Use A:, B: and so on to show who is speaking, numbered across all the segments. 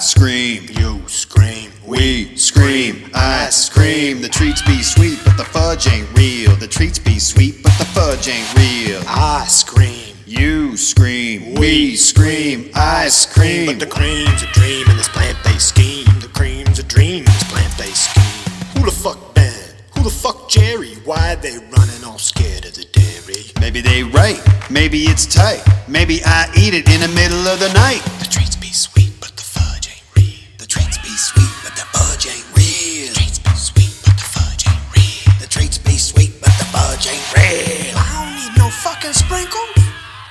A: scream, you scream, we scream, I scream. The treats be sweet, but the fudge ain't real. The treats be sweet, but the fudge ain't real.
B: I scream.
A: You scream, we scream, I scream.
B: But the cream's a dream in this plant-based scheme. The cream's a dream in this plant-based scheme. Who the fuck Ben? Who the fuck Jerry? Why they running all scared of the dairy?
A: Maybe they right, maybe it's tight. Maybe I eat it in the middle of the night.
B: The treats be sweet, but the fudge ain't real. The treats be sweet, but the fudge ain't real. The treats be sweet, but the fudge ain't real. The treats be sweet, but the fudge ain't real. I don't need no fucking sprinkle.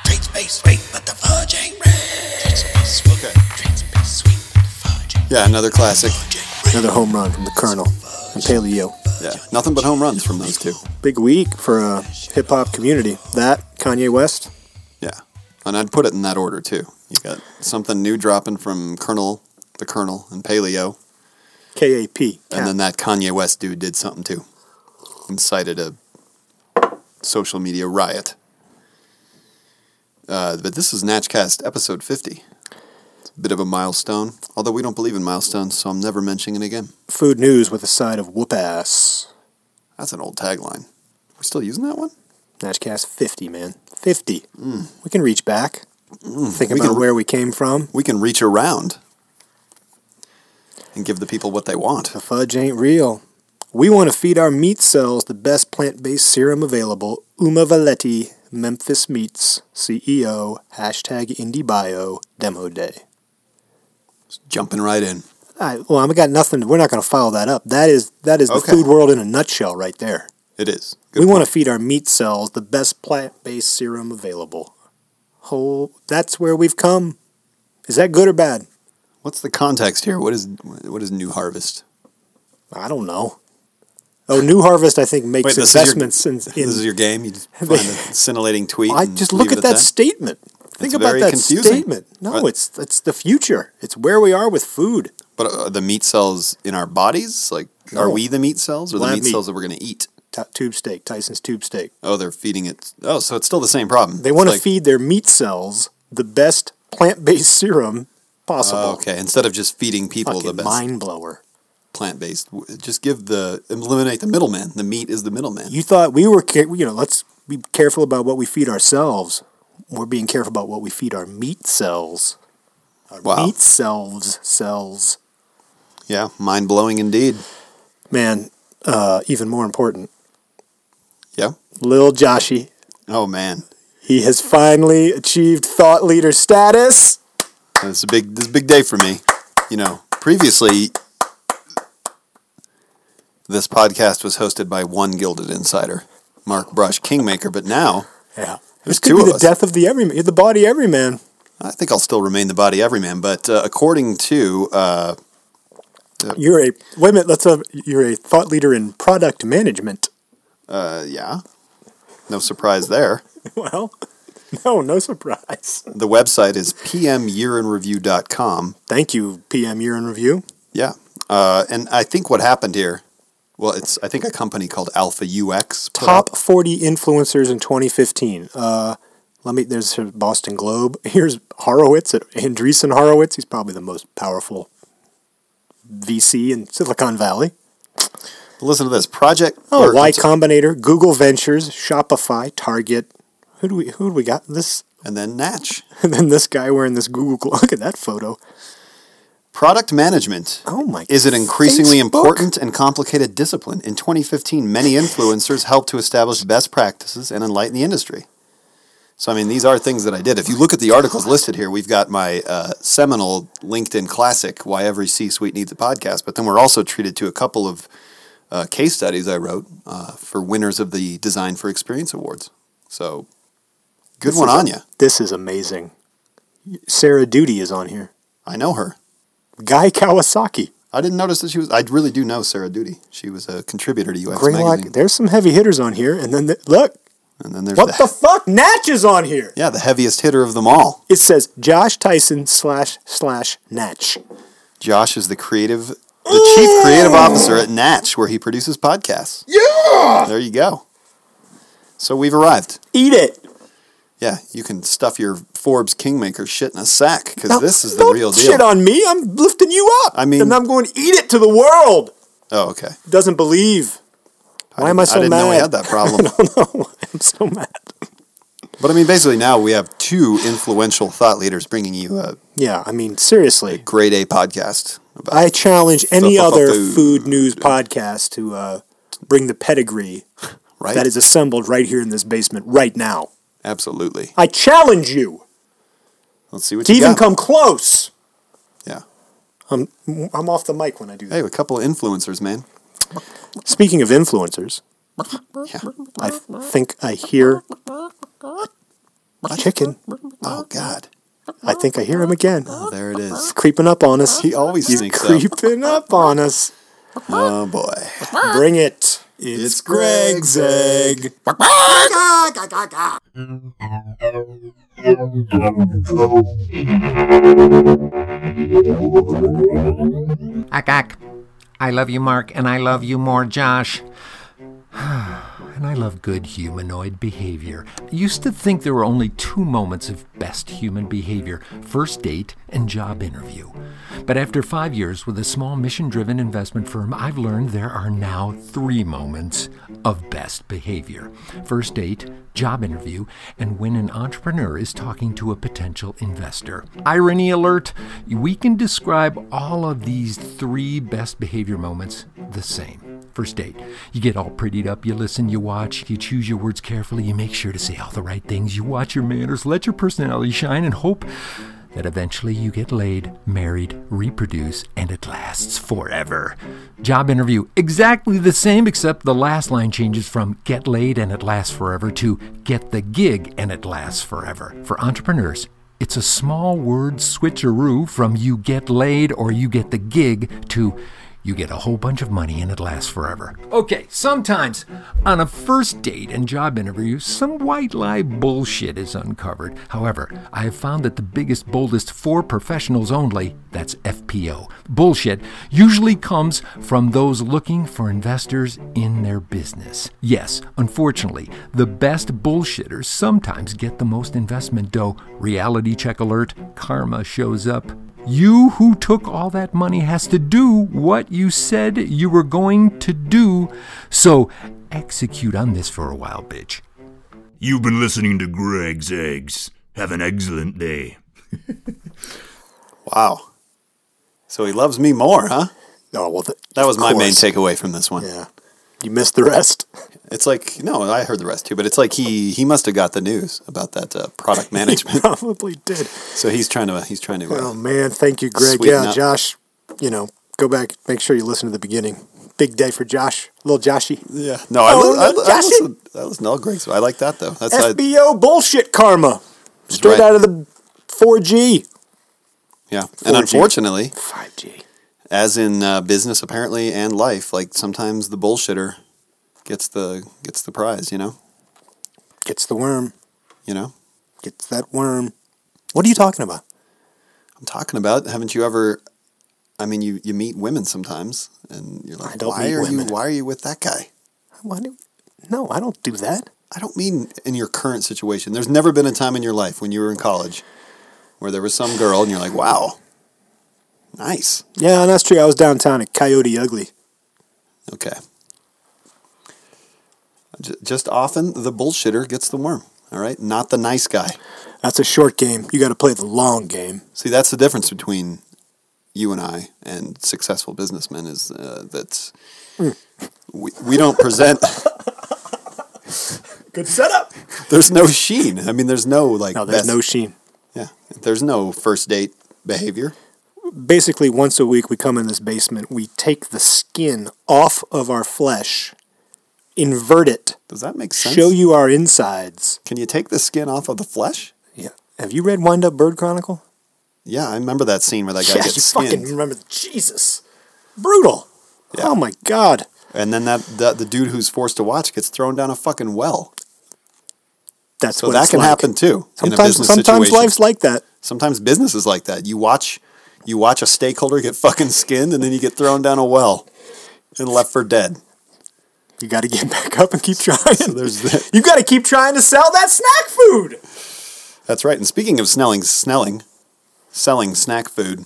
B: Treats be sweet, but the fudge ain't real. Treats be sweet.
A: Okay.
B: Treats be sweet, but the fudge ain't
C: Yeah, another classic.
B: real.
D: Another home run from the Colonel and Paleo.
C: Yeah, nothing but home runs from those two.
D: Big week for a hip hop community. That, Kanye West,
C: Yeah, and I'd put it in that order too. You got something new dropping from Colonel, the Colonel, and Paleo,
D: KAP.
C: and then that Kanye West dude did something too, incited a social media riot. Uh, but this is Natchcast episode fifty. It's a bit of a milestone, although we don't believe in milestones, so I'm never mentioning it again.
D: Food news with a side of whoop ass.
C: That's an old tagline. We're still using that one.
D: Natchcast 50, man. 50. We can reach back. Think
C: Mm. We
D: about
C: can-
D: where we came from.
C: We can reach around and give the people what they want.
D: The fudge ain't real. We want to feed our meat cells the best plant based serum available. Uma Valetti, Memphis Meats, CEO, hashtag IndieBio, Demo Day.
C: Jumping right in.
D: All right, well, I've got nothing. We're not going to follow that up. That is that is the
C: Okay.
D: food world in a nutshell, right there.
C: It is.
D: we want to feed our meat cells the best plant-based serum available. Oh, that's where we've come. Is that good or bad?
C: What's the context here? What is what is New Harvest?
D: I don't know. Oh, New Harvest, I think makes
C: this is your-
D: investments in. in
C: this is your game. You just find a scintillating tweet.
D: I
C: and
D: just
C: leave
D: look at
C: it
D: that, statement. Think
C: It's
D: about
C: very
D: that
C: confusing.
D: statement. No,
C: But-
D: it's it's the future. It's where we are with food.
C: But are the meat cells in our bodies? Like, are
D: No.
C: we the meat cells or the
D: Lab
C: meat
D: meat.
C: cells that we're going to eat?
D: T- tube steak, Tyson's tube steak.
C: Oh, they're feeding it. Oh, so it's still the same problem.
D: They
C: It's
D: want to
C: like-
D: feed their meat cells the best plant-based serum possible.
C: Oh, okay, instead of just feeding people
D: Fucking
C: the best
D: mind blower.
C: plant-based, w- just give the eliminate the middleman. The meat is the middleman.
D: You thought we were, ca- you know, let's be careful about what we feed ourselves. We're being careful about what we feed our meat cells. Our
C: Wow.
D: meat cells, cells.
C: yeah, mind blowing indeed.
D: Man, uh, even more important,
C: Yeah.
D: Lil Joshy,
C: Oh man,
D: he has finally achieved thought leader status.
C: It's a big this is a big day for me. You know, previously this podcast was hosted by one gilded insider, Mark Brush Kingmaker, but now
D: Yeah.
C: There's
D: This could
C: two
D: be
C: of
D: the
C: us.
D: death of the everyman, the body everyman.
C: I think I'll still remain the body everyman, but uh, according to uh,
D: You're a, wait a minute, let's, uh, you're a thought leader in product management.
C: uh, yeah, no surprise there.
D: Well, no, no surprise.
C: The website is pmyearinreview.com.
D: Thank you, PM Year in Review.
C: Yeah. Uh, and I think what happened here, well, it's I think a company called Alpha UX. put out-
D: top 40 influencers in 2015. Uh, let me, there's her Boston Globe. Here's Horowitz at Andreessen Horowitz. He's probably the most powerful VC in Silicon Valley.
C: Listen to this project.
D: Oh,
C: or-
D: Y Combinator, Google Ventures, Shopify, Target. Who do we, who do we got? This,
C: and then Natch.
D: and then this guy wearing this Google. Glo- Look at that photo.
C: Product management.
D: Oh my
C: Is an increasingly
D: Facebook?
C: important and complicated discipline. In 2015, many influencers helped to establish best practices and enlighten the industry. So, I mean, these are things that I did. If you look at the articles listed here, we've got my uh, seminal LinkedIn classic, Why Every C Suite Needs a Podcast. But then we're also treated to a couple of uh, case studies I wrote uh, for winners of the Design for Experience Awards. So, good
D: This
C: one
D: is
C: on
D: a-
C: you.
D: This is amazing. Sarah Duty is on here.
C: I know her.
D: Guy Kawasaki.
C: I didn't notice that she was. I really do know Sarah Duty. She was a contributor to UX magazine.
D: Greylock. There's some heavy hitters on here. And then the, look,
C: And then there's
D: What the fuck? Natch is on here.
C: yeah, the heaviest hitter of them all.
D: It says Josh Tyson slash slash Natch.
C: Josh is the creative, the chief creative officer at Natch, where he produces podcasts. Yeah. There you go. So we've arrived.
D: Eat it.
C: Yeah, you can stuff your Forbes Kingmaker shit in a sack because
D: Now,
C: this is the
D: don't
C: real deal.
D: Shit on me. I'm lifting you up.
C: I mean-
D: and I'm going to eat it to the world.
C: oh, okay.
D: Doesn't believe. Why am I
C: didn't-
D: so
C: I didn't
D: mad?
C: know we had that problem.
D: I'm so mad.
C: but I mean, basically, now we have two influential thought leaders bringing you a
D: Yeah, I mean, seriously.
C: grade A podcast about
D: I challenge any other
C: Food.
D: food news podcast to uh, bring the pedigree
C: right.
D: that is assembled right here in this basement right now.
C: absolutely.
D: I challenge you
C: Let's see what
D: to
C: you
D: even
C: got.
D: come close.
C: Yeah.
D: I'm, I'm off the mic when I do that.
C: Hey, a couple of influencers, man.
D: Speaking of influencers,
C: Yeah.
D: I think I hear a chicken.
C: Oh God.
D: I think I hear him again.
C: Oh, there it is.
D: Creeping up on us.
C: He always
D: He's
C: sneaks up.
D: creeping up on us.
C: Oh boy.
D: Bring it.
C: It's Greg's uh, egg.
E: Ack, ack. I love you, Mark, and I love you more, Josh. and I love good humanoid behavior. I used to think there were only two moments of best human behavior first date and job interview. But after five years with a small mission driven investment firm, I've learned there are now three moments of best behavior first date, job interview, and when an entrepreneur is talking to a potential investor. Irony alert, we can describe all of these three best behavior moments the same. First date. You get all prettied up, you listen, you watch, you choose your words carefully, you make sure to say all the right things, you watch your manners, let your personality shine, and hope that eventually you get laid, married, reproduce, and it lasts forever. Job interview. Exactly the same, except the last line changes from get laid and it lasts forever to get the gig and it lasts forever. For entrepreneurs, it's a small word switcheroo from you get laid or you get the gig to you get a whole bunch of money and it lasts forever. Okay, sometimes on a first date and job interview, some white lie bullshit is uncovered. However, I have found that the biggest, boldest for professionals only, that's FPO, bullshit usually comes from those looking for investors in their business. Yes, unfortunately, the best bullshitters sometimes get the most investment dough. Reality check alert, karma shows up. You who took all that money has to do what you said you were going to do. So execute on this for a while, bitch.
F: You've been listening to Greg's Eggs. Have an excellent day.
C: Wow. So he loves me more, huh?
D: Oh, well, th-
C: That was
D: of
C: my main
D: course.
C: takeaway from this one.
D: Yeah. You missed the rest.
C: It's like no, I heard the rest too, but it's like he he must have got the news about that uh, product management.
D: Probably did.
C: so he's trying to he's trying to.
D: Oh,
C: Uh,
D: man. Thank you, Greg.
C: Sweeten
D: yeah,
C: up.
D: Josh, you know, go back. Make sure you listen to the beginning. Big day for Josh. Little Joshy.
C: yeah, no, I,
D: Oh,
C: li- I,
D: no,
C: li- I
D: Joshy.
C: listened. I listened to all Greg's. I like that though. That's I,
D: FBO bullshit karma.
C: right.
D: Straight out of the 4G.
C: yeah. And
D: 4G.
C: unfortunately,
D: 5G.
C: as in uh, business apparently and life, like sometimes the bullshitter gets the gets the prize. You know,
D: Gets the worm.
C: you know.
D: Gets that worm. What are you talking about?
C: I'm talking about. Haven't you ever? I mean, you you meet women sometimes, and you're like,
D: I don't
C: why
D: meet
C: are
D: women.
C: you why are you with that guy?
D: Why do, no, I don't do that.
C: I don't mean in your current situation. There's never been a time in your life when you were in college where there was some girl and you're like, wow, nice.
D: Yeah, and that's true. I was downtown at Coyote Ugly.
C: Okay. J- Just often the bullshitter gets the worm, all right? Not the nice guy.
D: That's a short game. You got to play the long game.
C: See, that's the difference between you and I and successful businessmen is uh, that
D: Hmm.
C: we, we don't present,
D: Good setup.
C: there's no sheen. I mean, there's no like,
D: No, there's
C: best-
D: no sheen.
C: yeah, there's no first date behavior.
D: Basically, once a week, we come in this basement. We take the skin off of our flesh, invert it,
C: Does that make sense?
D: show you our insides.
C: Can you take the skin off of the flesh?
D: Yeah. Have you read Wind Up Bird Chronicle?
C: Yeah, I remember that scene where that guy
D: yeah, you
C: gets skinned,
D: fucking remember. Jesus. Brutal.
C: Yeah.
D: Oh my God.
C: and then that, that the dude who's forced to watch gets thrown down a fucking well.
D: That's
C: So
D: what
C: that
D: it's
C: can
D: like.
C: happen too in a
D: Sometimes,
C: business
D: sometimes
C: situation.
D: life's like that.
C: sometimes business is like that. You watch, you watch a stakeholder get fucking skinned, and then you get thrown down a well and left for dead.
D: You got to get back up and keep trying.
C: there's that.
D: You got to keep trying to sell that snack food.
C: That's right. And speaking of Snelling, Snelling, selling snack food,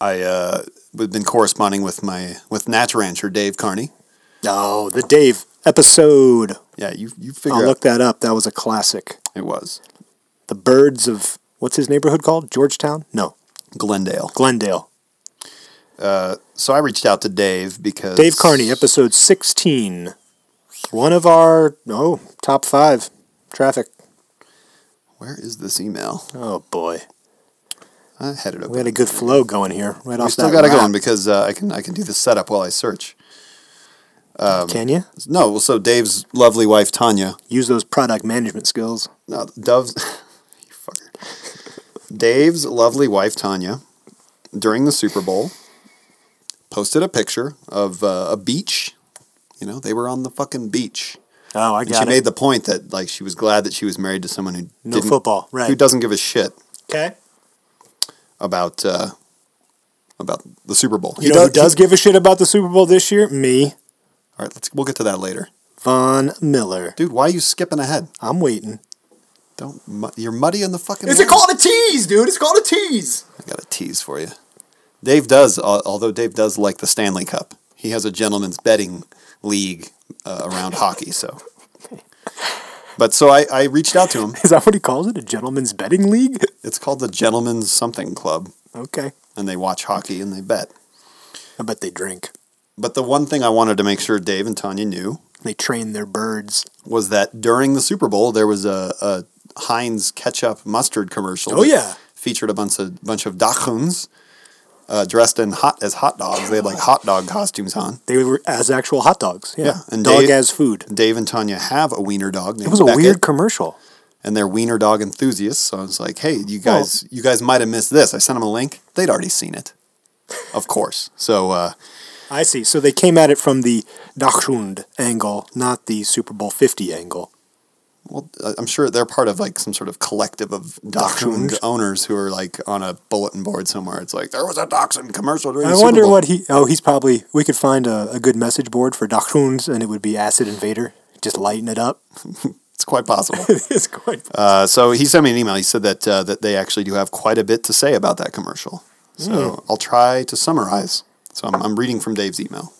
C: I uh, have been corresponding with my with Natch Rancher Dave Carney.
D: Oh, the Dave episode.
C: Yeah, you you
D: I'll
C: figure out
D: Oh, look that up. That was a classic.
C: it was
D: The Birds of what's his neighborhood called? Georgetown? No,
C: Glendale.
D: Glendale.
C: So I reached out to Dave because
D: Dave Carney, episode 16. One of our oh, top 5 traffic.
C: Where is this email?
D: Oh boy.
C: I had it open.
D: We had a good flow going here right
C: We
D: off
C: still
D: that
C: got it
D: rap.
C: going because uh, I can I can do the setup while I search.
D: Can you
C: No, well, so Dave's lovely wife Tanya.
D: use those product management skills?
C: No, Dove's. you fucker. Dave's lovely wife Tanya, during the Super Bowl, posted a picture of uh, a beach. You know, they were on the fucking beach.
D: Oh, I
C: And she
D: got
C: made
D: it.
C: the point that like she was glad that she was married to someone who
D: No
C: didn't-
D: football, right.
C: Who doesn't give a shit
D: okay.
C: about uh, about the Super Bowl.
D: You know who does give a shit about the Super Bowl this year? Me,
C: All right, let's we'll get to that later,
D: Von Miller.
C: dude. Why are you skipping ahead?
D: I'm waiting.
C: Don't mu- you're muddy in the fucking. water.
D: a tease, dude? It's called a tease.
C: I got a tease for you. Dave does, al- although Dave does like the Stanley Cup. He has a gentleman's betting league uh, around hockey. So, but so I, I reached out to him.
D: Is that what he calls it? A gentleman's betting league?
C: It's called the Gentlemen's Something Club,
D: okay.
C: and they watch hockey and they bet.
D: I bet they drink.
C: But the one thing I wanted to make sure Dave and Tanya knew
D: They train their birds.
C: was that during the Super Bowl there was a, a Heinz ketchup mustard commercial.
D: Oh,
C: that
D: yeah.
C: featured a bunch of bunch of dachuns uh, dressed in hot as hot dogs. They had like hot dog costumes on.
D: They were as actual hot dogs. Yeah.
C: Yeah, and
D: Dog
C: Dave-
D: as food.
C: Dave and Tanya have a wiener dog named
D: It was a
C: Beckett,
D: weird commercial.
C: and they're wiener dog enthusiasts. So I was like, "Hey, you guys, you guys might have missed this." I sent them a link. They'd already seen it, of course. So uh,
D: I see. So they came at it from the Dachshund angle, not the Super Bowl 50 angle.
C: well, I- I'm sure they're part of like some sort of collective of dachshund
D: Dachshund.
C: owners who are like on a bulletin board somewhere. It's like there was a dachshund commercial during.
D: I
C: the Super
D: wonder
C: Bowl."
D: what he. Oh, he's probably. We could find a, a good message board for Dachshunds, and it would be Acid Invader. Just lighten it up.
C: It's quite possible.
D: it's quite.
C: Uh, so he sent me an email. He said that uh, that they actually do have quite a bit to say about that commercial. So
D: Hmm.
C: I'll try to summarize. So I'm, I'm reading from Dave's email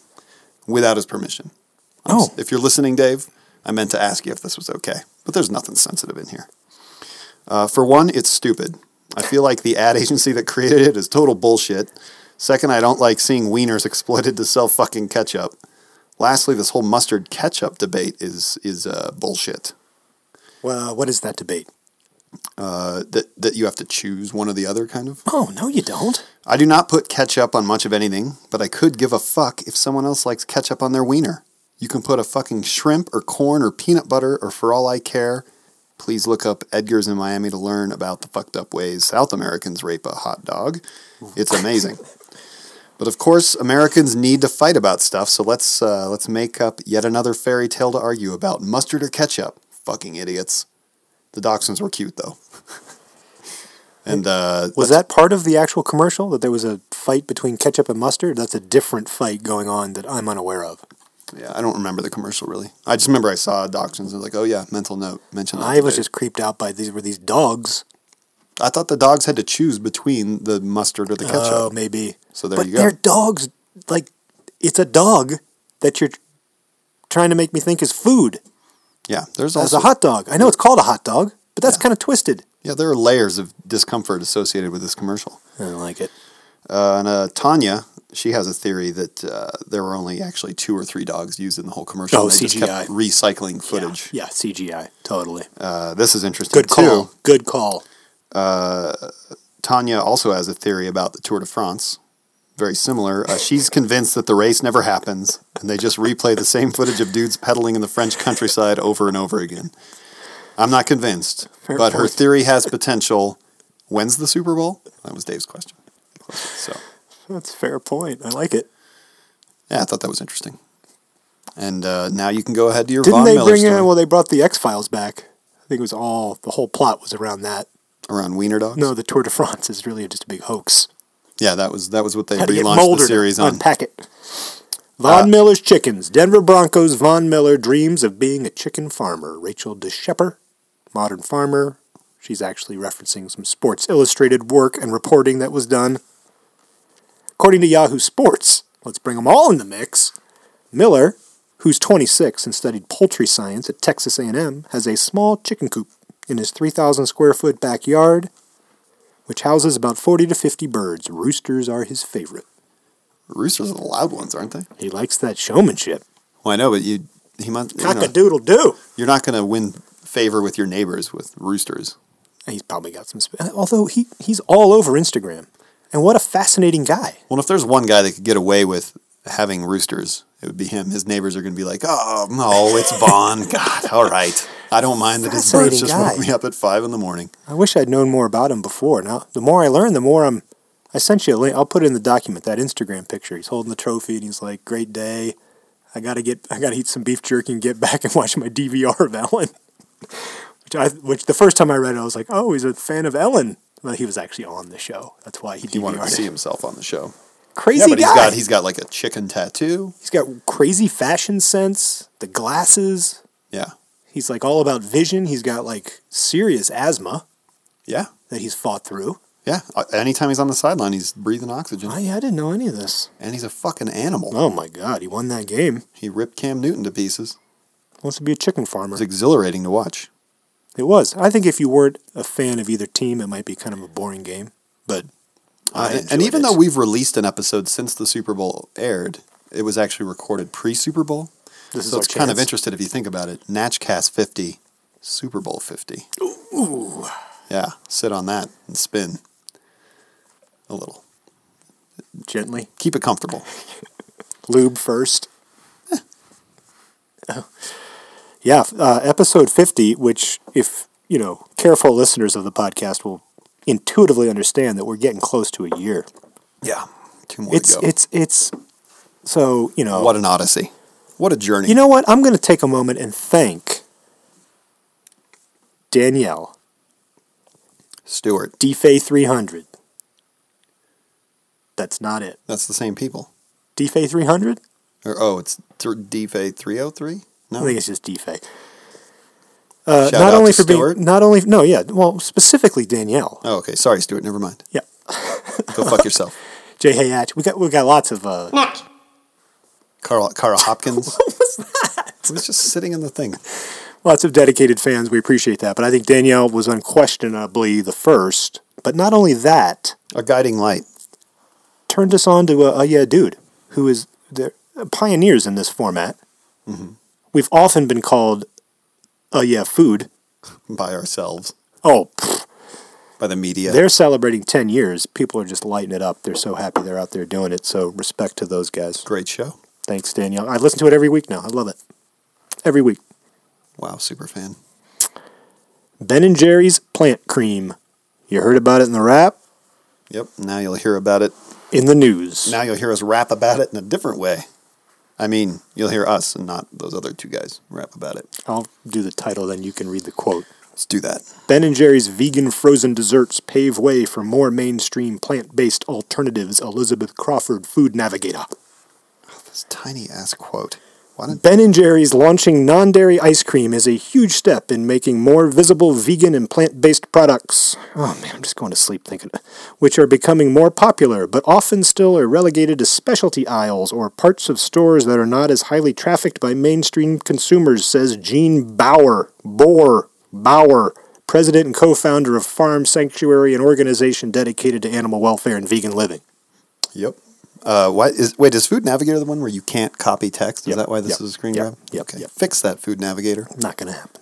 C: without his permission. I'm s-
D: Oh.
C: If you're listening, Dave, I meant to ask you if this was okay, but there's nothing sensitive in here. Uh, for one, it's stupid. I feel like the ad agency that created it is total bullshit. Second, I don't like seeing wieners exploited to sell fucking ketchup. Lastly, this whole mustard ketchup debate is is uh, bullshit
D: well, what is that debate?
C: Uh, that that you have to choose one or the other kind of.
D: Oh no, you don't.
C: I do not put ketchup on much of anything, but I could give a fuck if someone else likes ketchup on their wiener. You can put a fucking shrimp or corn or peanut butter or for all I care. Please look up Edgar's in Miami to learn about the fucked up ways South Americans rape a hot dog. It's amazing. but of course, Americans need to fight about stuff, so let's uh, let's make up yet another fairy tale to argue about mustard or ketchup. Fucking idiots. The dachshunds were cute though. and uh,
D: Was that part of the actual commercial that there was a fight between ketchup and mustard? That's a different fight going on that I'm unaware of.
C: Yeah, I don't remember the commercial really. I just remember I saw Dachshunds and was like, oh yeah, mental note, mention. that
D: I was
C: today.
D: just creeped out by these were these dogs.
C: I thought the dogs had to choose between the mustard or the ketchup.
D: Oh, maybe.
C: Um, So there
D: but
C: you go.
D: they're dogs. Like it's a dog that you're trying to make me think is food
C: yeah, there's
D: as
C: also
D: a hot dog. I know it's called a hot dog, but that's kind of twisted.
C: yeah there are layers of discomfort associated with this commercial.
D: I don't like it.
C: Uh, and uh, Tanya, she has a theory that uh, there were only actually two or three dogs used in the whole commercial.
D: Oh,
C: and they just
D: CGI.
C: kept recycling footage.
D: Yeah, CGI. Totally.
C: Uh, this is interesting
D: Good call.
C: too.
D: Good call.
C: Tanya also has a theory about the Tour de France. Very similar. Uh, she's convinced that the race never happens, and they just replay the same footage of dudes pedaling in the French countryside over and over again. I'm not convinced, but her
D: point.
C: theory has potential. When's the Super Bowl? That was Dave's question. So,
D: That's a fair point. I like it.
C: yeah, I thought that was interesting. And uh, now you can go ahead to your
D: Didn't
C: Von
D: they
C: Miller
D: bring
C: story
D: in? Well, they brought the X Files back. I think it was all the whole plot was around that.
C: around Wiener Dogs.
D: No, the Tour de France is really just a big hoax.
C: yeah, that was that was what they
D: Had to get
C: relaunched
D: molded.
C: the series on. Uh,
D: Unpack it. Von Miller's chickens. Denver Broncos. Von Miller dreams of being a chicken farmer. Rachel DeShepper, modern farmer. She's actually referencing some Sports Illustrated work and reporting that was done. According to Yahoo Sports, let's bring them all in the mix. Miller, who's 26 and studied poultry science at Texas A&M, has a small chicken coop in his 3,000 square foot backyard, which houses about 40 to 50 birds. Roosters are his favorite.
C: Roosters are the loud ones, aren't they?
D: He likes that showmanship.
C: Well, I know, but you he must. You
D: Cock a
C: know,
D: doodle do.
C: you're not going to win favor with your neighbors with roosters.
D: He's probably got some. Sp- Although he he's all over Instagram, and what a fascinating guy.
C: Well, if there's one guy that could get away with having roosters, it would be him. His neighbors are going to be like, "Oh no, it's Vaughn. God, all right. I don't mind that his birds
D: Fascinating
C: just
D: guy.
C: woke me up at five in the morning."
D: I wish I'd known more about him before. Now the more I learn, the more I'm. I sent you a link. I'll put it in the document that Instagram picture. He's holding the trophy and he's like, "Great day. I gotta get. I gotta eat some beef jerky and get back and watch my DVR of Ellen." which I which the first time I read it, I was like, "Oh, he's a fan of Ellen." Well, he was actually on the show. That's why he
C: He wanted to
D: DVR'd
C: see
D: it.
C: himself on the show.
D: Crazy
C: yeah, but
D: guy.
C: he's got he's got like a chicken tattoo.
D: he's got crazy fashion sense. The glasses.
C: Yeah,
D: He's like all about vision. He's got like serious asthma
C: yeah,
D: that he's fought through.
C: yeah. Uh, Anytime he's on the sideline, he's breathing oxygen,
D: I, I didn't know any of this.
C: and he's a fucking animal.
D: Oh my God, he won that game.
C: He ripped Cam Newton to pieces.
D: Wants to be a chicken farmer.
C: It's exhilarating to watch.
D: It was. I think if you weren't a fan of either team, it might be kind of a boring game. But I
C: Uh,
D: enjoyed
C: and even
D: it.
C: though we've released an episode since the Super Bowl aired, it was actually recorded pre Super Bowl.
D: This is
C: so
D: our
C: it's kind of
D: chance.
C: interesting if you think about it. Natchcast 50, Super Bowl 50. Ooh. Yeah, sit on that and spin a little.
D: gently,
C: Keep it comfortable.
D: lube first. Eh. yeah, uh, episode 50, which, if, you know, careful listeners of the podcast will intuitively understand that we're getting close to a year.
C: Yeah. Two more
D: It's,
C: to go.
D: it's, it's, so, you know.
C: what an odyssey. What a journey.
D: You know what? I'm going to take a moment and thank Danielle,
C: Stewart.
D: DFay300. That's not it.
C: That's the same people.
D: DFay300?
C: Or, oh, it's DFA 303?
D: I
C: No.
D: think it's just DFay. Uh,
C: Shout out
D: not only
C: to
D: for
C: Stuart.
D: being, not only, no, yeah, well, specifically Danielle.
C: Oh, okay. Sorry, Stewart. Never mind.
D: Yeah.
C: Go fuck yourself.
D: Jay Hayatch. We got, we got lots of, uh,
C: Carl, Carl Hopkins. what was that? It was just sitting in the thing.
D: lots of dedicated fans. We appreciate that. But I think Danielle was unquestionably the first. But not only that,
C: A guiding light.
D: turned us on to a, a yeah dude who is they're pioneers in this format.
C: Mm-hmm.
D: We've often been called a yeah food.
C: by ourselves,
D: Oh, pfft,
C: by the media.
D: they're celebrating ten years. People are just lighting it up. They're so happy they're out there doing it. So respect to those guys.
C: Great show.
D: Thanks, Danielle. I listen to it every week now. I love it every week.
C: Wow, super fan.
D: Ben and Jerry's plant cream. You heard about it in the rap
C: Yep. Now you'll hear about it.
D: in the news.
C: Now you'll hear us rap about it in a different way. I mean, you'll hear us and not those other two guys rap about it.
D: I'll do the title, then you can read the quote.
C: Let's do that.
D: Ben and Jerry's vegan frozen desserts pave way for more mainstream plant-based alternatives. Elizabeth Crawford, food navigator.
C: This tiny ass quote. Why did
D: Ben and Jerry's launching non-dairy ice cream is a huge step in making more visible vegan and plant-based products. Oh man, I'm just going to sleep thinking, which are becoming more popular, but often still are relegated to specialty aisles or parts of stores that are not as highly trafficked by mainstream consumers, says Gene Bauer. Boer Bauer. President and co founder of Farm Sanctuary, an organization dedicated to animal welfare and vegan living.
C: Yep. Uh, why is wait is Food Navigator the one where you can't copy text? Is
D: Yep,
C: that why this
D: yep,
C: is a screen
D: yep,
C: grab?
D: yep,
C: okay.
D: yep.
C: Fix that Food Navigator.
D: Not going to happen.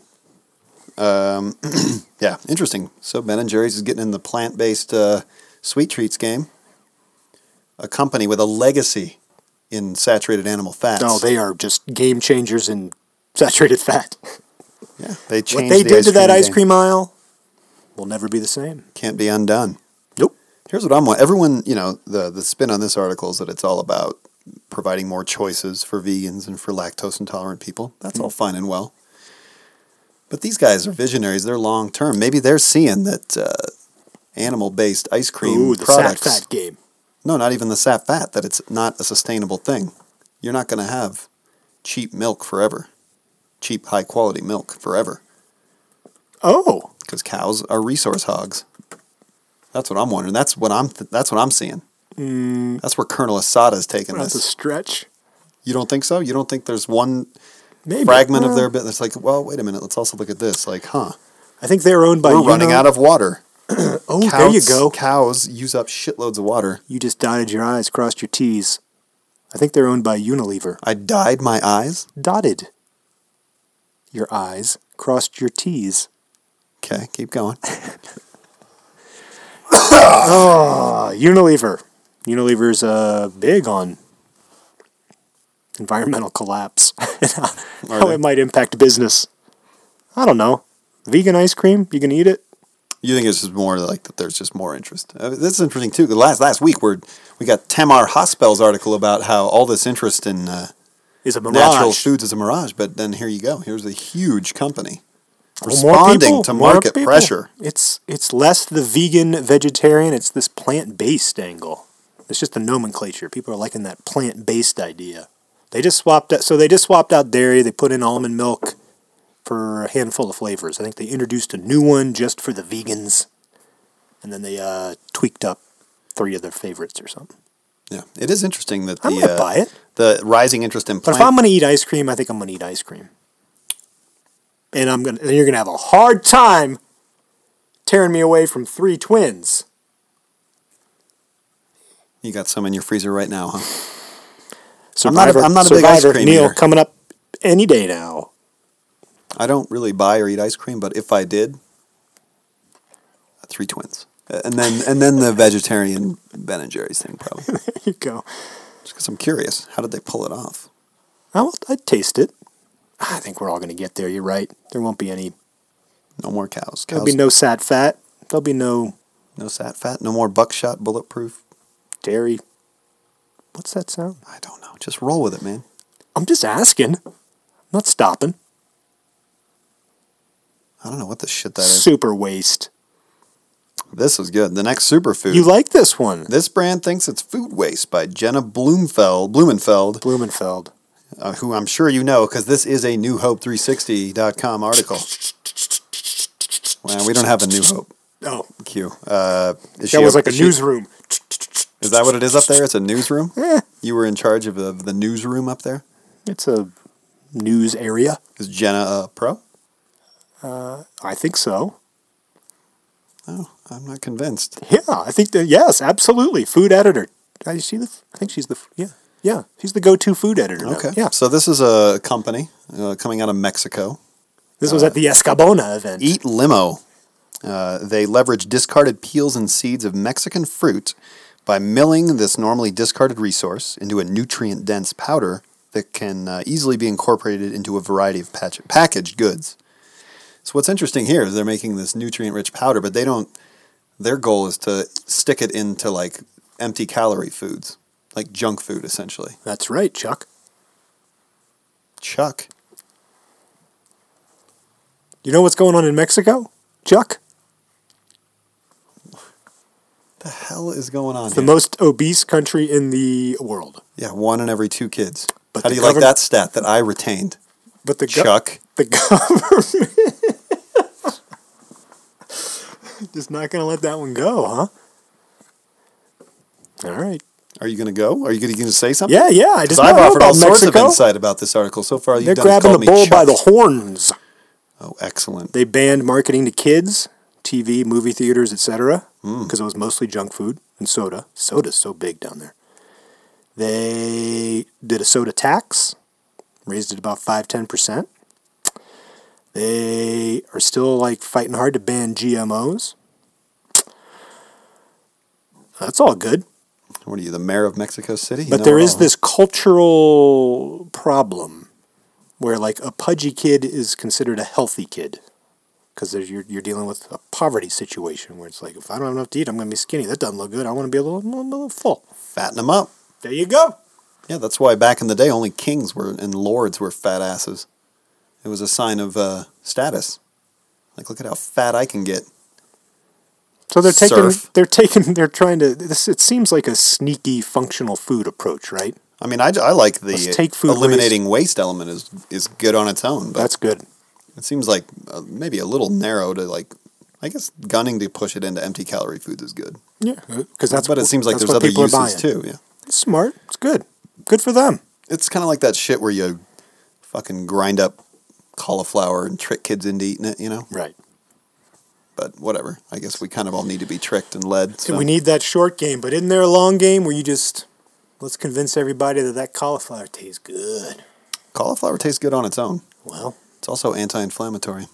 C: Um, Yeah, interesting. So Ben and Jerry's is getting in the plant-based uh, sweet treats game. A company with a legacy in saturated animal fats.
D: No, Oh, they are just game changers in saturated fat.
C: Yeah, they changed
D: what they
C: the
D: did
C: ice
D: to that
C: cream
D: ice
C: game.
D: cream aisle will never be the same.
C: Can't be undone.
D: Nope.
C: Here's what I'm. wa- Everyone, you know, the the spin on this article is that it's all about providing more choices for vegans and for lactose intolerant people. That's all fine and well. But these guys are visionaries. They're long term. Maybe they're seeing that uh, animal based ice cream
D: Ooh, the
C: products.
D: sat fat game.
C: No, not even the sat fat. That it's not a sustainable thing. You're not going to have cheap milk forever. Cheap, high quality milk forever.
D: Oh,
C: because cows are resource hogs. That's what I'm wondering. That's what I'm. Th- that's what I'm seeing.
D: Mm.
C: That's where Colonel Asada's taking
D: That's a
C: this.
D: stretch.
C: You don't think so? You don't think there's one
D: Maybe. Uh,
C: fragment of
D: Well,
C: their bit that's like, well, wait a minute. Let's also look at this. Like,
D: Uh,
C: huh?
D: I think they're owned by.
C: We're running out of water.
D: Oh, there you go.
C: Cows use up shitloads of water.
D: You just dotted your I's, crossed your T's. I think they're owned by Unilever.
C: I dyed my eyes.
D: Dotted your I's, crossed your T's.
C: Okay, keep going.
D: Uh, Unilever. Unilever's uh, big on environmental collapse, how it might impact business. I don't know. Vegan ice cream, you can eat it.
C: You think it's just more like that? There's just more interest. Uh, this is interesting too. 'cause Last last week, we we got Tamar Hospel's article about how all this interest in uh,
D: Is a mirage.
C: natural foods is a mirage. But then here you go. Here's a huge company
D: Well, more
C: responding
D: people,
C: to
D: more
C: market
D: people.
C: pressure.
D: It's it's less the vegan vegetarian. It's this plant based angle. It's just the nomenclature. People are liking that plant based idea. They just swapped out, so they just swapped out dairy. They put in almond milk for a handful of flavors. I think they introduced a new one just for the vegans, and then they uh, tweaked up three of their favorites or something.
C: Yeah, it is interesting that the
D: I'm gonna
C: uh,
D: buy it.
C: the rising interest in
D: But
C: plant.
D: if I'm going to eat ice cream, I think I'm going to eat ice cream. And I'm going to, and you're going to have a hard time tearing me away from three twins.
C: you got some in your freezer right now, huh?
D: So
C: I'm not a- I'm not a big ice cream
D: meal
C: eater.
D: coming up any day now.
C: I don't really buy or eat ice cream, but if I did, three twins, Uh, and then and then the vegetarian Ben and Jerry's thing probably. Just
D: There you go.
C: because I'm curious, how did they pull it off?
D: I'll, I'd taste it. I think we're all going to get there. You're right. There won't be any.
C: No more cows.
D: There'll
C: Cows
D: be no sad fat. There'll be no
C: No sat fat, no more buckshot, bulletproof.
D: dairy. What's that sound?
C: I don't know. Just roll with it, man.
D: I'm just asking. I'm not stopping.
C: I don't know what the shit that is.
D: Super waste.
C: This is good. The next superfood.
D: You like this one,
C: this brand thinks it's food waste by Jenna Blumfeld, Blumenfeld,
D: Blumenfeld?
C: uh, who I'm sure you know because this is a NewHope360.com article. Well, we don't have a New Hope.
D: Oh,
C: Q. Uh, is
D: that
C: she
D: was like a
C: is she-
D: newsroom.
C: Is that what it is up there? It's a newsroom. You were in charge of the, the newsroom up there.
D: Eh, It's a news area.
C: Is Jenna a pro?
D: I think so.
C: Oh, I'm not convinced.
D: Yeah, I think that, yes, absolutely. Food editor. I you see the? I think she's the. Yeah, yeah. She's the go-to food editor. now.
C: Okay.
D: Yeah.
C: So this is a company uh, coming out of Mexico.
D: This
C: Uh,
D: was at the Escabona event.
C: Eat Limo. Uh, they leverage discarded peels and seeds of Mexican fruit by milling this normally discarded resource into a nutrient dense powder that can uh, easily be incorporated into a variety of patch- packaged goods. So, what's interesting here is they're making this nutrient rich powder, but they don't, their goal is to stick it into like empty calorie foods, like junk food essentially.
D: That's right, Chuck.
C: Chuck.
D: You know what's going on in Mexico, Chuck?
C: The hell is going on
D: It's
C: here?
D: the most obese country in the world.
C: Yeah, one in every two kids.
D: But
C: How
D: the
C: do you like
D: govern-
C: that stat that I retained?
D: But the go-
C: Chuck.
D: the government just not going to let that one go, huh? All right.
C: Are you going to go? Are you going to say something?
D: Yeah, yeah. I
C: 'Cause
D: just
C: I've
D: know
C: offered
D: about
C: all sorts of
D: Mexico.
C: insight about this article so far. All
D: They're
C: You've done is
D: grabbing
C: call
D: the
C: me
D: bull by
C: Chuck.
D: the horns.
C: Oh, excellent.
D: They banned marketing to kids, TV, movie theaters, etc.,
C: Hmm.
D: because it was mostly junk food and soda. Soda's so big down there. They did a soda tax, raised it about 5 10%. They are still like fighting hard to ban GMOs. That's all good.
C: What are you, the mayor of Mexico City? You
D: But
C: know
D: there
C: it
D: is
C: all.
D: this cultural problem where, like, a pudgy kid is considered a healthy kid because you're, you're dealing with a poverty situation where it's like, if I don't have enough to eat, I'm going to be skinny. That doesn't look good. I want to be a little, little, little full.
C: fatten them up.
D: There you go.
C: Yeah, that's why back in the day only kings were and lords were fat asses. It was a sign of uh, status. Like, look at how fat I can get.
D: So they're taking,
C: Surf.
D: they're taking, they're trying to. This it seems like a sneaky functional food approach, right?
C: I mean, I, I like the
D: Let's take food
C: eliminating waste element is is good on its own, but
D: That's good.
C: it seems like uh, maybe a little narrow to like I guess gunning to push it into empty calorie foods is good.
D: Yeah, because Uh, that's
C: But it
D: wh-
C: seems like
D: that's
C: there's
D: what
C: other
D: people are
C: uses too.
D: buying.
C: Yeah.
D: It's smart. It's good. Good for them.
C: It's kind of like that shit where you fucking grind up cauliflower and trick kids into eating it, you know?
D: Right.
C: But whatever. I guess we kind of all need to be tricked and led. So.
D: We need that short game, but isn't there a long game where you just let's convince everybody that that cauliflower tastes good?
C: cauliflower tastes good on its own.
D: Well,
C: It's also anti-inflammatory.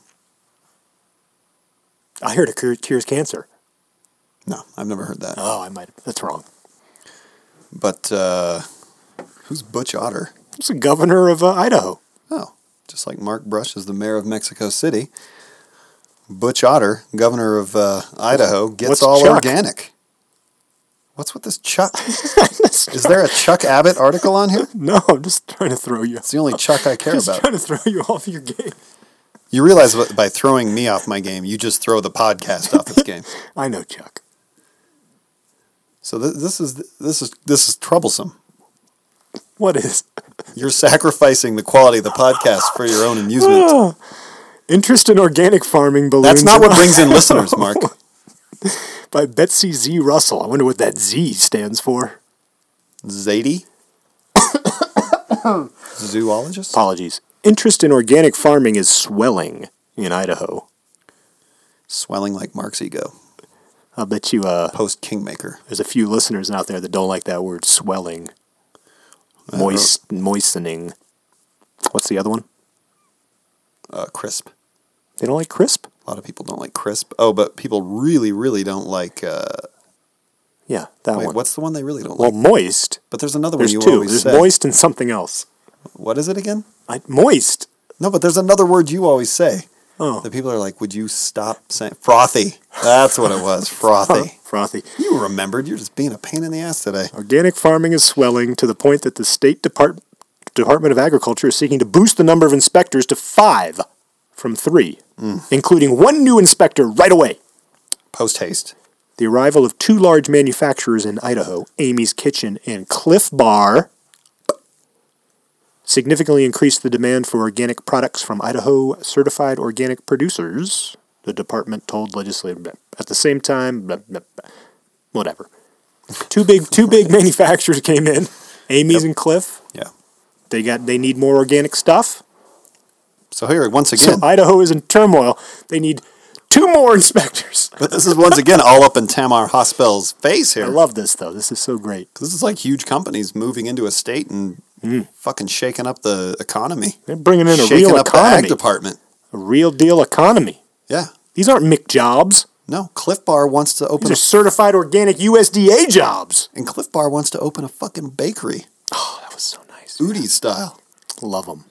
D: I heard it cure- cures cancer.
C: No, I've never heard that.
D: Oh, I might. That's wrong.
C: But uh, who's Butch Otter?
D: It's the governor of uh, Idaho.
C: Oh, just like Mark Brush is the mayor of Mexico City, Butch Otter, governor of uh, Idaho, gets
D: What's
C: all
D: Chuck?
C: organic. What's with this Chuck? is there a Chuck Abbott article on here?
D: No, I'm just trying to throw you.
C: It's the only Chuck I care
D: Just
C: about.
D: trying to throw you off your game.
C: You realize what, by throwing me off my game, you just throw the podcast off its game.
D: I know, Chuck.
C: So th- this is this is this is troublesome.
D: What is
C: You're sacrificing the quality of the podcast for your own amusement.
D: interest in organic farming
C: That's
D: balloons?
C: not what brings in listeners, Mark.
D: by Betsy Z. Russell. I wonder what that Z stands for.
C: Zadie, zoologist.
D: Apologies. Interest in organic farming is swelling in Idaho.
C: swelling like Mark's ego.
D: I bet you uh,
C: Post Kingmaker.
D: there's a few listeners out there that don't like that word swelling. Moist, moistening. What's the other one?
C: Uh, crisp.
D: They don't like crisp?
C: A lot of people don't like crisp. Oh, but people really, really don't like. Uh,
D: Yeah, that
C: wait,
D: one.
C: what's the one they really don't
D: well,
C: like?
D: moist.
C: But there's another
D: There's
C: one you
D: two.
C: always
D: There's
C: say.
D: moist and something else.
C: What is it again?
D: I, moist.
C: No, but there's another word you always say.
D: Oh.
C: The people are like, would you stop saying frothy? That's what it was. Frothy.
D: Frothy.
C: you remembered. You're just being a pain in the ass today.
D: Organic farming is swelling to the point that the State Depart- Department of Agriculture is seeking to boost the number of inspectors to five from three,
C: Mm.
D: including one new inspector right away.
C: Post haste.
D: The arrival of two large manufacturers in Idaho, Amy's Kitchen and Cliff Bar, significantly increased the demand for organic products from Idaho certified organic producers, the department told legislators. At the same time, blah, blah, blah. whatever. Two big two big manufacturers came in, Amy's and Cliff.
C: Yeah.
D: They got they need more organic stuff.
C: So here, once
D: So
C: again,
D: Idaho is in turmoil. They need two more inspectors.
C: but this is once again all up in Tamar Hospel's face here.
D: I love this though. This is so great.
C: This is like huge companies moving into a state and fucking shaking up the economy.
D: Mm. They're bringing in a
C: shaking
D: real
C: up the ag
D: economy.
C: department.
D: a real deal economy.
C: Yeah.
D: These aren't McJobs. jobs.
C: No, Cliff Bar wants to
D: These
C: open
D: are
C: a,
D: certified organic USDA jobs.
C: and Cliff Bar wants to open a fucking bakery,
D: Oh, that was so nice.
C: Udi style.
D: Love them.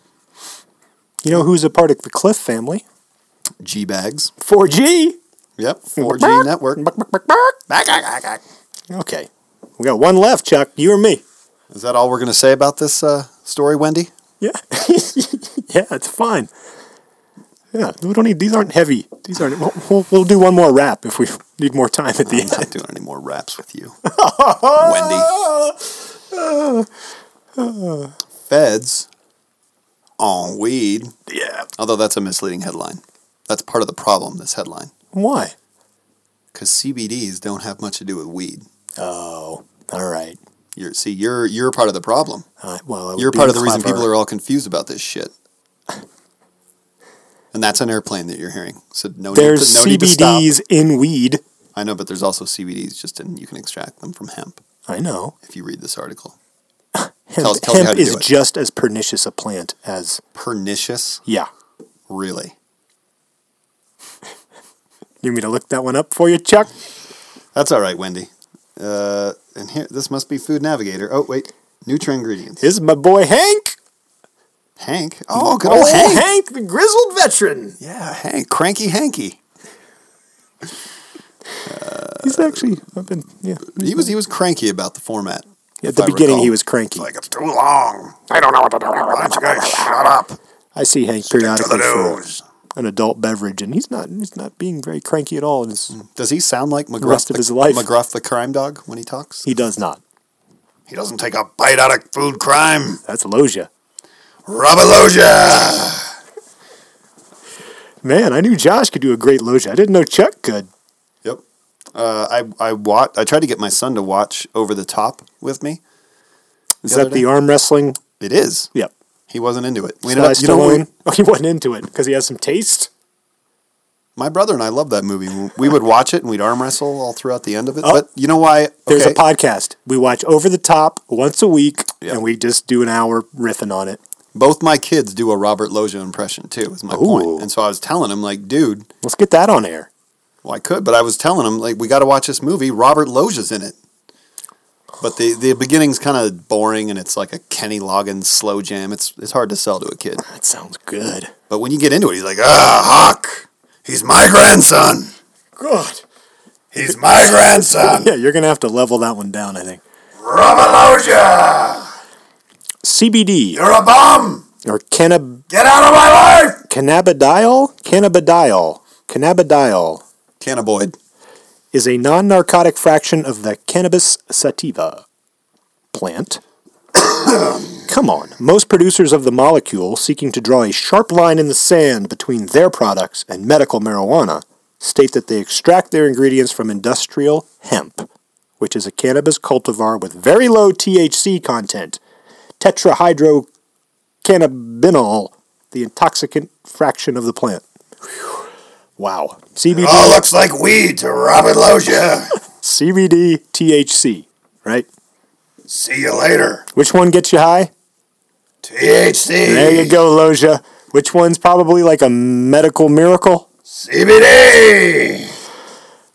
D: You know who's a part of the Cliff family?
C: G bags.
D: 4G.
C: Yep. 4G network.
D: Okay. We got one left, Chuck. You or me.
C: Is that all we're gonna say about this uh, story, Wendy?
D: Yeah. yeah, it's fine. Yeah, we don't need, these aren't heavy. These aren't, we'll, we'll, we'll do one more wrap if we need more time at the
C: I'm
D: end.
C: not doing any more raps with you, Wendy. Feds on weed.
D: Yeah.
C: Although that's a misleading headline. That's part of the problem. This headline.
D: Why?
C: because CBDs don't have much to do with weed.
D: Oh, all right.
C: You're see, you're you're part of the problem.
D: Uh, well, I was
C: You're part of the
D: being
C: reason
D: clever.
C: people are all confused about this shit. And that's an airplane that you're hearing. So no
D: There's
C: need to, no Need to stop.
D: CBDs in weed.
C: I know, but there's also CBDs. Just in you can extract them from hemp
D: I know.
C: if you read this article.
D: Hemp,
C: Tell us- tell us
D: hemp
C: how to
D: is
C: do it.
D: just as pernicious a plant as
C: Pernicious,
D: yeah.
C: really.
D: You want me to look that one up for you, Chuck?
C: That's all right, Wendy. Uh, and here, this must be Food Navigator. Oh wait, nutrient ingredients.
D: This is my boy Hank.
C: Hank. Oh, good old
D: Oh,
C: Hank.
D: Hank, the grizzled veteran.
C: Yeah, Hank. Cranky Hanky.
D: He's actually. I've been. Yeah.
C: Uh, He was he was cranky about the format.
D: At
C: if
D: the
C: I
D: beginning,
C: recall.
D: he was cranky.
C: like it's too long.
B: I don't know what to do. Why don't you guys shut up?
D: I see Hank periodically for
B: news.
D: an adult beverage, and he's not. He's not being very cranky at all. And it's,
C: Does he sound like McGruff
D: rest
C: the,
D: of his life.
C: McGruff the crime dog when he talks?
D: he does not.
B: He doesn't take a bite out of food crime.
D: That's Loja.
B: Robert Loja!
D: Man, I knew Josh could do a great loja. I didn't know Chuck could.
C: Yep. Uh, I I watch. I tried to get my son to watch Over the Top with me.
D: Is
C: other
D: that the
C: day?
D: arm wrestling?
C: It is.
D: Yep.
C: He wasn't into it. We ended
D: Sly
C: up, you know,
D: Stallone.
C: we-
D: oh, he wasn't into it because he has some taste.
C: my brother and I love that movie. We would watch it and we'd arm wrestle all throughout the end of it.
D: Oh.
C: But you know why?
D: There's
C: okay.
D: a podcast we watch over the top once a week,
C: Yeah.
D: and we just do an hour riffing on it.
C: Both my kids do a Robert Loggia impression too. Is my
D: Ooh.
C: point. And so I was telling him like, dude,
D: Let's get that on air.
C: well, I could, but I was telling him like, we got to watch this movie. Robert Loggia's in it. But the, the beginning's kind of boring, and it's like a Kenny Loggins slow jam. It's it's hard to sell to a kid.
D: That sounds good.
C: But when you get into it, he's like, ah, Hawk, he's my grandson.
D: God.
C: He's my grandson.
D: Yeah, you're gonna have to level that one down. I think
C: Ramalosia,
D: CBD
C: you're a bum.
D: or cannab-
C: Get out of my life.
D: cannabidiol, cannabidiol, cannabidiol
C: Cannaboid.
D: is a non-narcotic fraction of the cannabis sativa plant. Come on. Most producers of the molecule seeking to draw a sharp line in the sand between their products and medical marijuana state that they extract their ingredients from industrial hemp, which is a cannabis cultivar with very low THC content, tetrahydrocannabinol, the intoxicant fraction of the plant. Whew. Wow. CBD
C: looks like weed to Robert Loggia.
D: CBD, THC, right?
C: See you later.
D: Which one gets you high?
C: THC,
D: There you go, Loja. Which one's probably like a medical miracle?
C: CBD.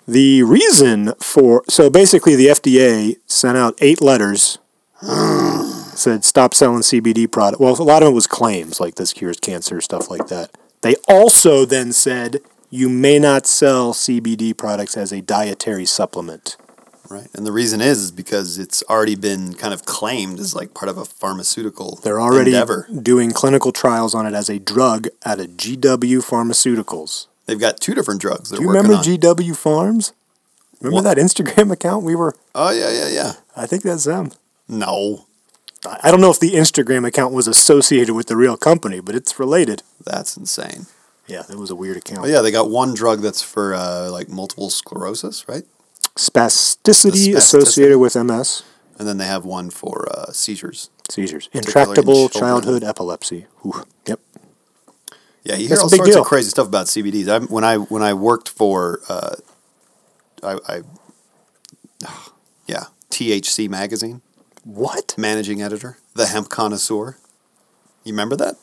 D: The reason for so basically the FDA sent out eight letters said stop selling CBD product. Well, a lot of it was claims like this cures cancer stuff like that. They also then said you may not sell CBD products as a dietary supplement.
C: Right, and the reason is, is because it's already been kind of claimed as like part of a pharmaceutical.
D: They're already
C: endeavor.
D: doing clinical trials on it as a drug out of GW Pharmaceuticals.
C: They've got two different drugs. They're
D: Do you
C: working
D: remember
C: on.
D: GW Farms? Remember that Instagram account we were?
C: oh yeah, yeah, yeah.
D: I think that's them.
C: No,
D: I I don't know if the Instagram account was associated with the real company, but it's related.
C: that's insane.
D: Yeah, that was a weird account.
C: But Oh, yeah, they got one drug that's for uh, like multiple sclerosis, right?
D: Spasticity
C: The spasticity.
D: associated with MS,
C: And then they have one for uh, seizures.
D: seizures,
C: Particularly in
D: intractable
C: children.
D: childhood epilepsy. Ooh, yep.
C: Yeah, you hear
D: That's a
C: all
D: big
C: sorts
D: deal.
C: of crazy stuff about CBDs. I, when I when I worked for, uh, I, I yeah, THC magazine,
D: What?
C: managing editor, the hemp connoisseur. You remember that?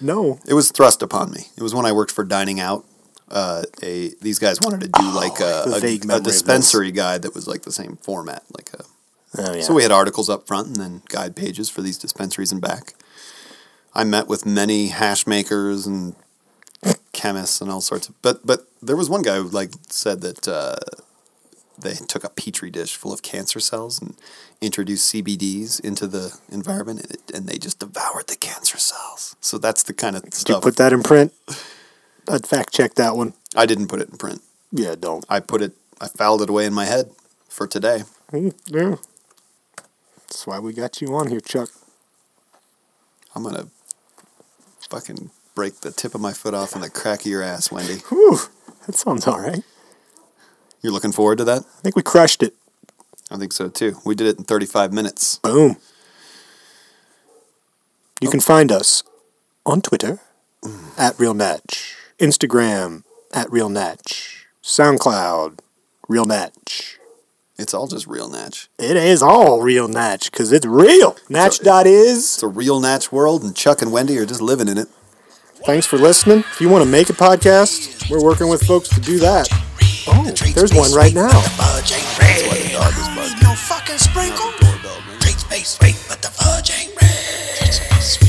D: No.
C: It was thrust upon me. It was when I worked for Dining Out. Uh, a these guys wanted to do like a,
D: have a Oh, vague
C: a,
D: memory
C: a
D: of this.
C: dispensary guide that was like the same format, like a
D: Oh, yeah.
C: So we had articles up front and then guide pages for these dispensaries and back. I met with many hash makers and chemists and all sorts of but but there was one guy who like said that uh, they took a petri dish full of cancer cells and introduced CBDs into the environment and, it, and they just devoured the cancer cells. So that's the kind of
D: Did you
C: stuff
D: put that in print? I'd fact check that one.
C: I didn't put it in print.
D: Yeah, don't.
C: I put it I fouled it away in my head for today.
D: Mm, Yeah. That's why we got you on here, Chuck.
C: I'm gonna fucking break the tip of my foot off on the crack of your ass, Wendy.
D: Whew, that sounds all right.
C: You're looking forward to that?
D: I think we crushed it.
C: I think so too. We did it in 35 minutes.
D: Boom. You can find us on Twitter mm, at Real Natch, Instagram at Real Natch, SoundCloud, Real Natch.
C: It's all just real natch.
D: It is all Real Natch because it's real. Natch dot
C: It's
D: is.
C: a real natch world, and Chuck and Wendy are just living in it.
D: Thanks for listening. If you want to make a podcast, we're working with folks to do that.
B: Oh,
D: there's one right now.
B: The fudge ain't red. Need no fucking sprinkle. Treat space sweet, but the fudge ain't red.